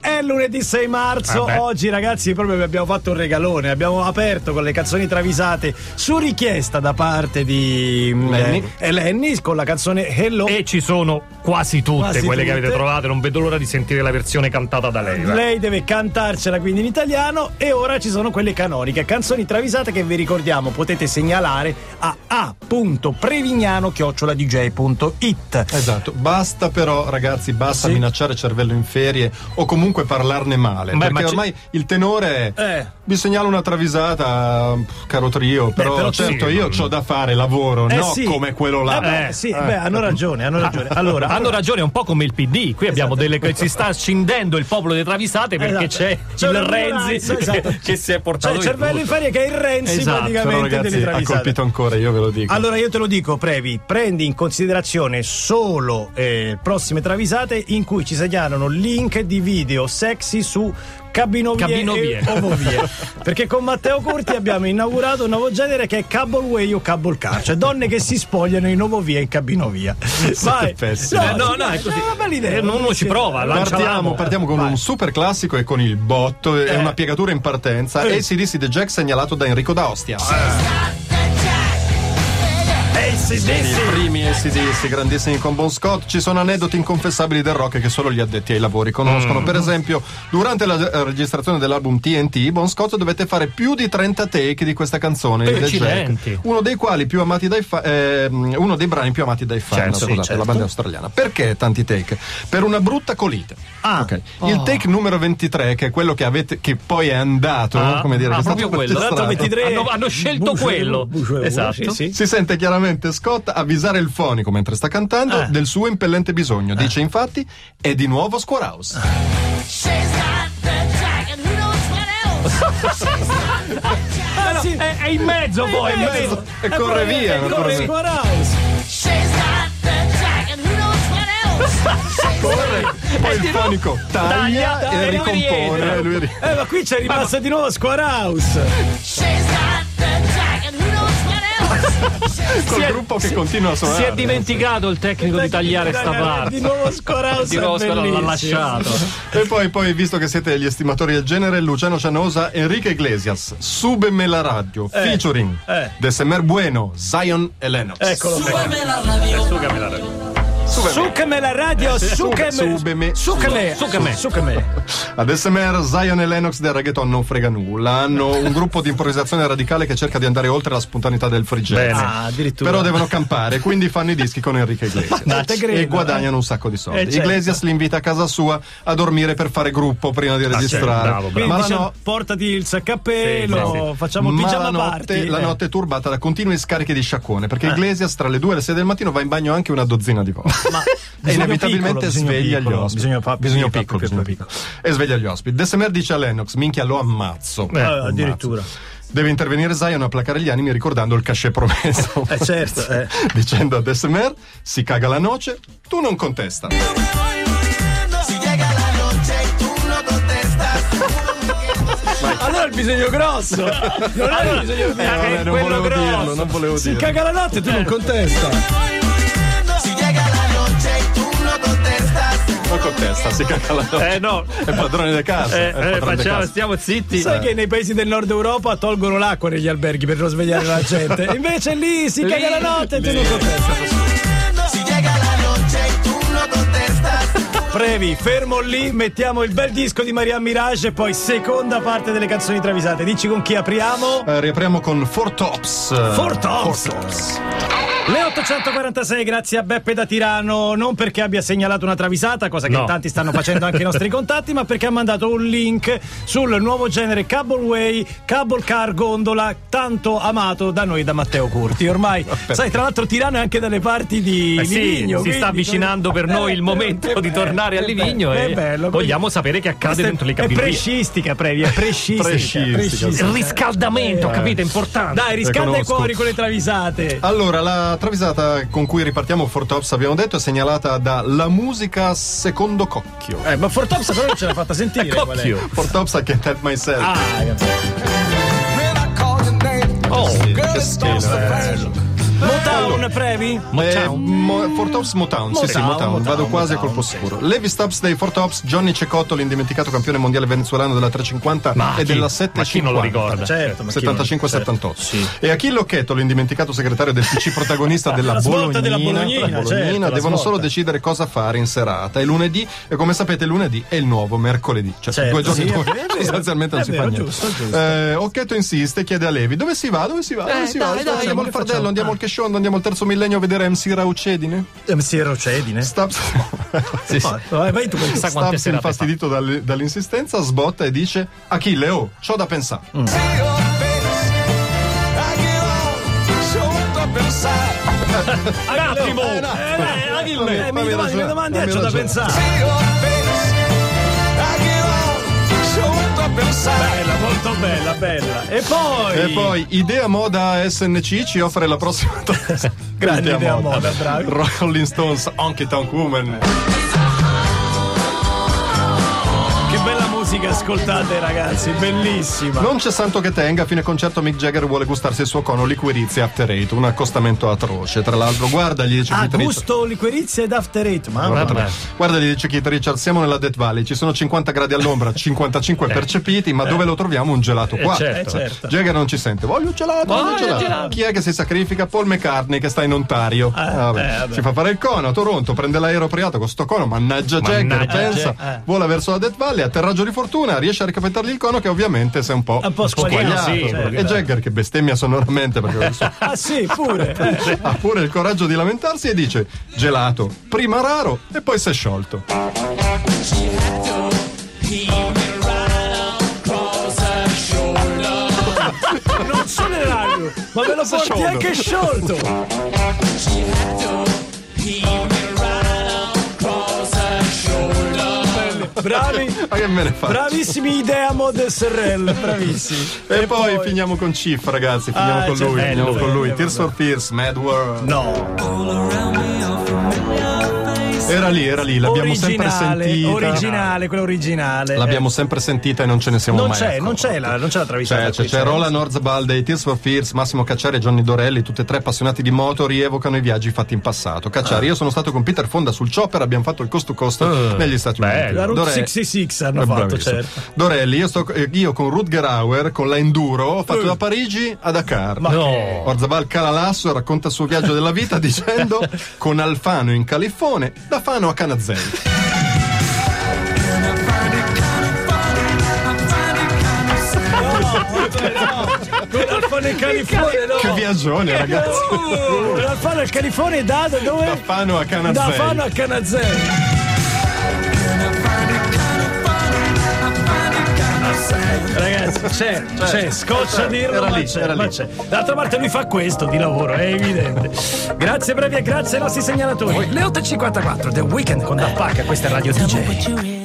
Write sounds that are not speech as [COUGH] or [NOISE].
è lunedì 6 marzo. Vabbè. Oggi, ragazzi, proprio vi abbiamo fatto un regalone. Abbiamo aperto con le canzoni travisate su richiesta da parte di mm, Lenny. eh, Lenny con la canzone Hello. E ci sono quasi tutte Quasi quelle che avete tutte. trovato. Non vedo l'ora di sentire la versione cantata da lei. va. [LAUGHS] Lei deve cantarcela quindi in italiano e ora ci sono quelle canoniche, canzoni travisate che vi ricordiamo potete segnalare a a.prevignano@dj.it. Esatto, basta però ragazzi, basta Sì. minacciare cervello in ferie o comunque parlarne male, Beh, ma perché c'è- ormai il tenore è Eh. vi segnalo una travisata, pff, caro trio, però, però certo sì, io non- ho da fare lavoro, Eh no sì. come quello là. Eh beh, Eh, sì, eh. beh, hanno ragione, hanno ragione. Allora, [LAUGHS] Hanno ragione, è un po' come il PD. Qui abbiamo delle. si sta scindendo il popolo delle travisate perché Esatto. c'è, C'è il l'ignoranza, Renzi [LAUGHS] esatto. che, che si è Cioè, portato il via cervello in tutto. ferie che è il Renzi Esatto, Però praticamente delle ragazzi ha travisate. colpito ancora, io ve lo dico. Allora io te lo dico, Previ, prendi in considerazione solo eh, prossime travisate in cui ci segnalano link di video sexy su cabinovie, Cabinovie. e ovovie. [LAUGHS] Perché con Matteo Corti abbiamo inaugurato un nuovo genere che è cableway o cable car, cioè donne che si spogliano in ovovia e in [LAUGHS] cabinovia. che pessimo. Eh, no, no, è così. una bella idea. Eh, non- non ci prova, la- lancia Partiamo, l'amo. partiamo con Vai. un super classico e con il botto e Eh. una piegatura in partenza. Eh. ACDC The Jack segnalato da Enrico D'Aostia. Eh, sì, sì, I sì. primi ACDC grandissimi con Bon Scott ci sono aneddoti inconfessabili del rock che solo gli addetti ai lavori Mm. conoscono. Per esempio, durante la eh, registrazione dell'album TNT, Bon Scott dovette fare più di 30 take di questa canzone di The Accidenti. Jack, uno dei quali più amati dai fa- ehm, uno dei brani più amati dai fan, Certo, sì, scusate, certo. la banda australiana. Perché tanti take? Per una brutta colite. Ah. Ok. Oh. Il take numero 23, che è quello che avete che poi è andato, Ah, come dire, ah, che è stato proprio quello. registrato. 23. Hanno, hanno scelto Buffet, quello. buffet, esatto. sì, sì. Si sente chiaramente Scott avvisare il fonico mentre sta Eh. cantando del suo impellente bisogno. Dice infatti: È di nuovo Squarehouse. Eh. She's got the jack and who knows what else. She's got the jack. No, È, è in mezzo poi. in mezzo. capito? E Eh, corre via. eh, Eh. Corre naturalmente. Square House. She's got the jack and who knows what else. She's Eh. Poi il fonico taglia, taglia, e e lui Eh, ricompone. rientra. e lui ri- Eh, ma qui c'è rimasta di nuovo Square House. she's got the jack and who knows what else. She's Col Si è- gruppo che continua a Si suonare. è dimenticato il tecnico di tagliare sta Di parte. nuovo Scoraus. Di nuovo è l'ha bellissimo. lasciato. E poi, poi, visto che siete gli estimatori del genere, Luciano Cianosa, Enrique Iglesias, Subeme la radio, featuring eh. De Semer Bueno, Zion e Lennox. Ecco, Eccolo. Sucame la radio, sucame. Subeme. Sucame. Sucame. Sucame. Ad SMR, Zion e Lennox del reggaeton non frega nulla. Hanno un gruppo di improvvisazione radicale che cerca di andare oltre la spontaneità del free jazz. Bene. Ah, addirittura. Però devono campare, quindi fanno i dischi con Enrique Iglesias. Ma non te credo, e guadagnano eh. un sacco di soldi. Eh, certo. Iglesias li invita a casa sua a dormire per fare gruppo prima di registrare. certo, bravo, Quindi bravo. diciamo Ma la dice, no- portati il saccappello, Sì, sì, facciamo il ma pigiama la notte, party. la Eh. notte è turbata da continue scariche di sciacquone perché Iglesias tra le 2 e le 6 del mattino va in bagno anche una dozzina di volte [LAUGHS] e bisogno inevitabilmente piccolo, bisogno sveglia piccolo, gli ospiti bisogno fa- Bisogno bisogna piccolo, piccolo, bisogno piccolo. e sveglia gli ospiti Desemer dice a Lennox minchia lo ammazzo Eh, Ammazzo. addirittura. deve intervenire Zion a placare gli animi ricordando il cachet promesso [LAUGHS] Eh, certo, eh. [LAUGHS] dicendo a Desemer si caga la noce tu non contesta Eh, Si llega la noche y tú no contestas. Allora il bisogno grosso. Non è il bisogno Eh, vabbè, grosso. non volevo dirlo, non volevo Si dirlo. caga la notte, tu non contesta. Si llega la noche y tú no contestas. non contesta si caga la noce Eh no. è padrone di casa Eh, è padrone eh, di facciamo, casa. stiamo zitti. Sai che nei paesi del nord Europa tolgono l'acqua negli alberghi per non svegliare la gente? Invece lì si caga la notte e tu non contesta. Si llega la noche y tú no contestas. Previ, fermo lì, mettiamo il bel disco di Maria Mirage e poi seconda parte delle canzoni travisate. Dici con chi apriamo? Eh, riapriamo con Four Tops. Eh, Four Tops. Four Tops. Le 846, grazie a Beppe da Tirano, non perché abbia segnalato una travisata, cosa che No. in tanti stanno facendo anche i [LAUGHS] nostri contatti, ma perché ha mandato un link sul nuovo genere Cableway, Cable Car Gondola, tanto amato da noi da Matteo Curti. [LAUGHS] Ormai, sai, tra l'altro Tirano è anche dalle parti di Eh sì, Livigno. si quindi- Eh, sta avvicinando per noi il momento [LAUGHS] che di bello, tornare a che Livigno bello, e che eh, bello. vogliamo sapere che accade Questa è- dentro le È cabinovie. prescistica, Previ, è prescistica. Prescistica. Il riscaldamento, capite? È importante. Dai, riscalda i Riconosco. cuori con le travisate. Allora, la travisata con cui ripartiamo Four Tops, abbiamo detto, è segnalata da La musica secondo cocchio. Eh, ma Fortopsa però non ce l'ha fatta sentire. Ecco qual è. Cocchio. Four Tops I can't help myself. Ah, Then I call your name. Oh, Sì, Girl, che oh, it starts schifo. to eh. rain. Motown, previ? Eh, Motown. Mo- Fort Hops Motown, sì, sì, Motown, Motown. Motown, vado quasi Motown, a colpo sicuro. Levi Stubbs dei Fort Hops, Johnny Cecotto, l'indimenticato campione mondiale venezuelano della 350 Ma e chi- ma della chi non 750. lo ricorda? Certo, ma chi non- 75-78 certo. e Achille Occhetto l'indimenticato segretario del [LAUGHS] PC protagonista della La svolta Bolognina, della Bolognina, la certo, la devono solo svolta. decidere cosa fare in serata e lunedì e come sapete lunedì è il nuovo mercoledì cioè Certo, due giorni sì, è dopo vero, è vero. [LAUGHS] sostanzialmente non È si vero, fa niente giusto, giusto. Eh, Occhetto insiste chiede a Levi dove si va dove si va dove si va Aspetta, andiamo al facciamo? fratello andiamo al Keshondo andiamo al terzo millennio a vedere MC Raucedine Eh, sì, Rocedine. Stubbs Eh, [LAUGHS] Sì, sì. Ma- Vai vai tu con Sa quante serate Stubbs fa. infastidito dall- dall'insistenza sbotta e dice Achille oh c'ho da pensare Mm. Sigo, ves, aquí va, junto a pensar. Un attimo! Eh, no. Eh, beh, Achille, eh, mi Fammi domandi, mi ragionare, domandi, eh, fammi c'ho da ragionare. pensare. Sigo, ves, aquí va, junto a pensar. Bella, molto bella, bella. E poi... E poi Idea Moda SNC ci offre la prossima tassa. [LAUGHS] Grande idea moda, bravi. Rolling Stones, Honky Tonk Woman. Che bella musica ascoltate, ragazzi, bellissima. Non c'è santo che tenga, a fine concerto Mick Jagger vuole gustarsi il suo cono liquirizia After Eight, un accostamento atroce. Tra l'altro, guarda, gli dice A Keith Richards. Ah, gusto, liquirizia ed after eight. Mamma Guarda, Vabbè. guarda, gli dice Keith Richards, siamo nella Death Valley, ci sono 50 gradi [LAUGHS] all'ombra, 55 percepiti, ma dove lo troviamo un gelato qua? certo. Eh, certo. Jagger non ci sente, voglio un gelato, voglio un Voglio gelato. un gelato. Chi è che si sacrifica? Paul McCartney che sta in Ontario. Ah, vabbè. eh, vabbè. Si fa fare il cono a Toronto, prende l'aereo priato con sto cono, mannaggia Jagger, Mannaggia pensa, eh. vola verso la Death Valley, atterraggio di fortuna, riesce a ricavettargli il cono che ovviamente si è un po'... Un po' squagliato. squagliato, sì, certo. e Jagger che bestemmia sonoramente perché questo- Ah [LAUGHS] sì, [LAUGHS] pure. Eh. ha pure il coraggio di lamentarsi e dice gelato, prima raro e poi si è sciolto. Non solo il radio, ma ve lo Sta porti anche sciolto. sciolto. Bravi, Ma che me ne faccio? bravissimi idea mod SRL, bravissimi. E, poi, finiamo con Chief, ragazzi. Finiamo Ah, con c'è lui. bello, finiamo con bello, lui. bello. Tears for Fears, Mad World. No, Era lì, era lì. L'abbiamo sempre originale, sentita. originale, quello originale. L'abbiamo sempre sentita e non ce ne siamo non mai c'è, accorti. non c'è la, non c'è la travisata. Cioè, c'è, qui, c'è Roland Orzabal dei Tears for Fears, Massimo Cacciari e Gianni Dorelli, tutti e tre appassionati di moto, rievocano i viaggi fatti in passato. Cacciari, Ah. io sono stato con Peter Fonda sul Chopper, abbiamo fatto il cost to cost negli Stati bello. Uniti. La Route Dorelli- 66 hanno Eh, fatto, bravissimo. [LAUGHS] certo. Dorelli, io, sto, eh, io con Rutger Hauer, con la Enduro, ho fatto Eh. da Parigi a Dakar. No. Orzabal Calalasso racconta il suo viaggio [LAUGHS] della vita dicendo con Alfano in Califone, da Fano a Canazzelli. Con l'Alfa nel California, no. Che viaggione, ragazzi! Uh, con l'Alfa nel California da da dove? Da Fano a Da Canazzelli. Fano a Canazzelli. Ragazzi, c'è, c'è, scoccia a dirlo, Cioè, era ma lì, c'è, era ma lì. c'è. D'altra parte lui fa questo di lavoro, è evidente. Grazie brevi e grazie ai nostri segnalatori. Le 8.54 del weekend con Da Pacca, questa è Radio DJ. Tell me what you really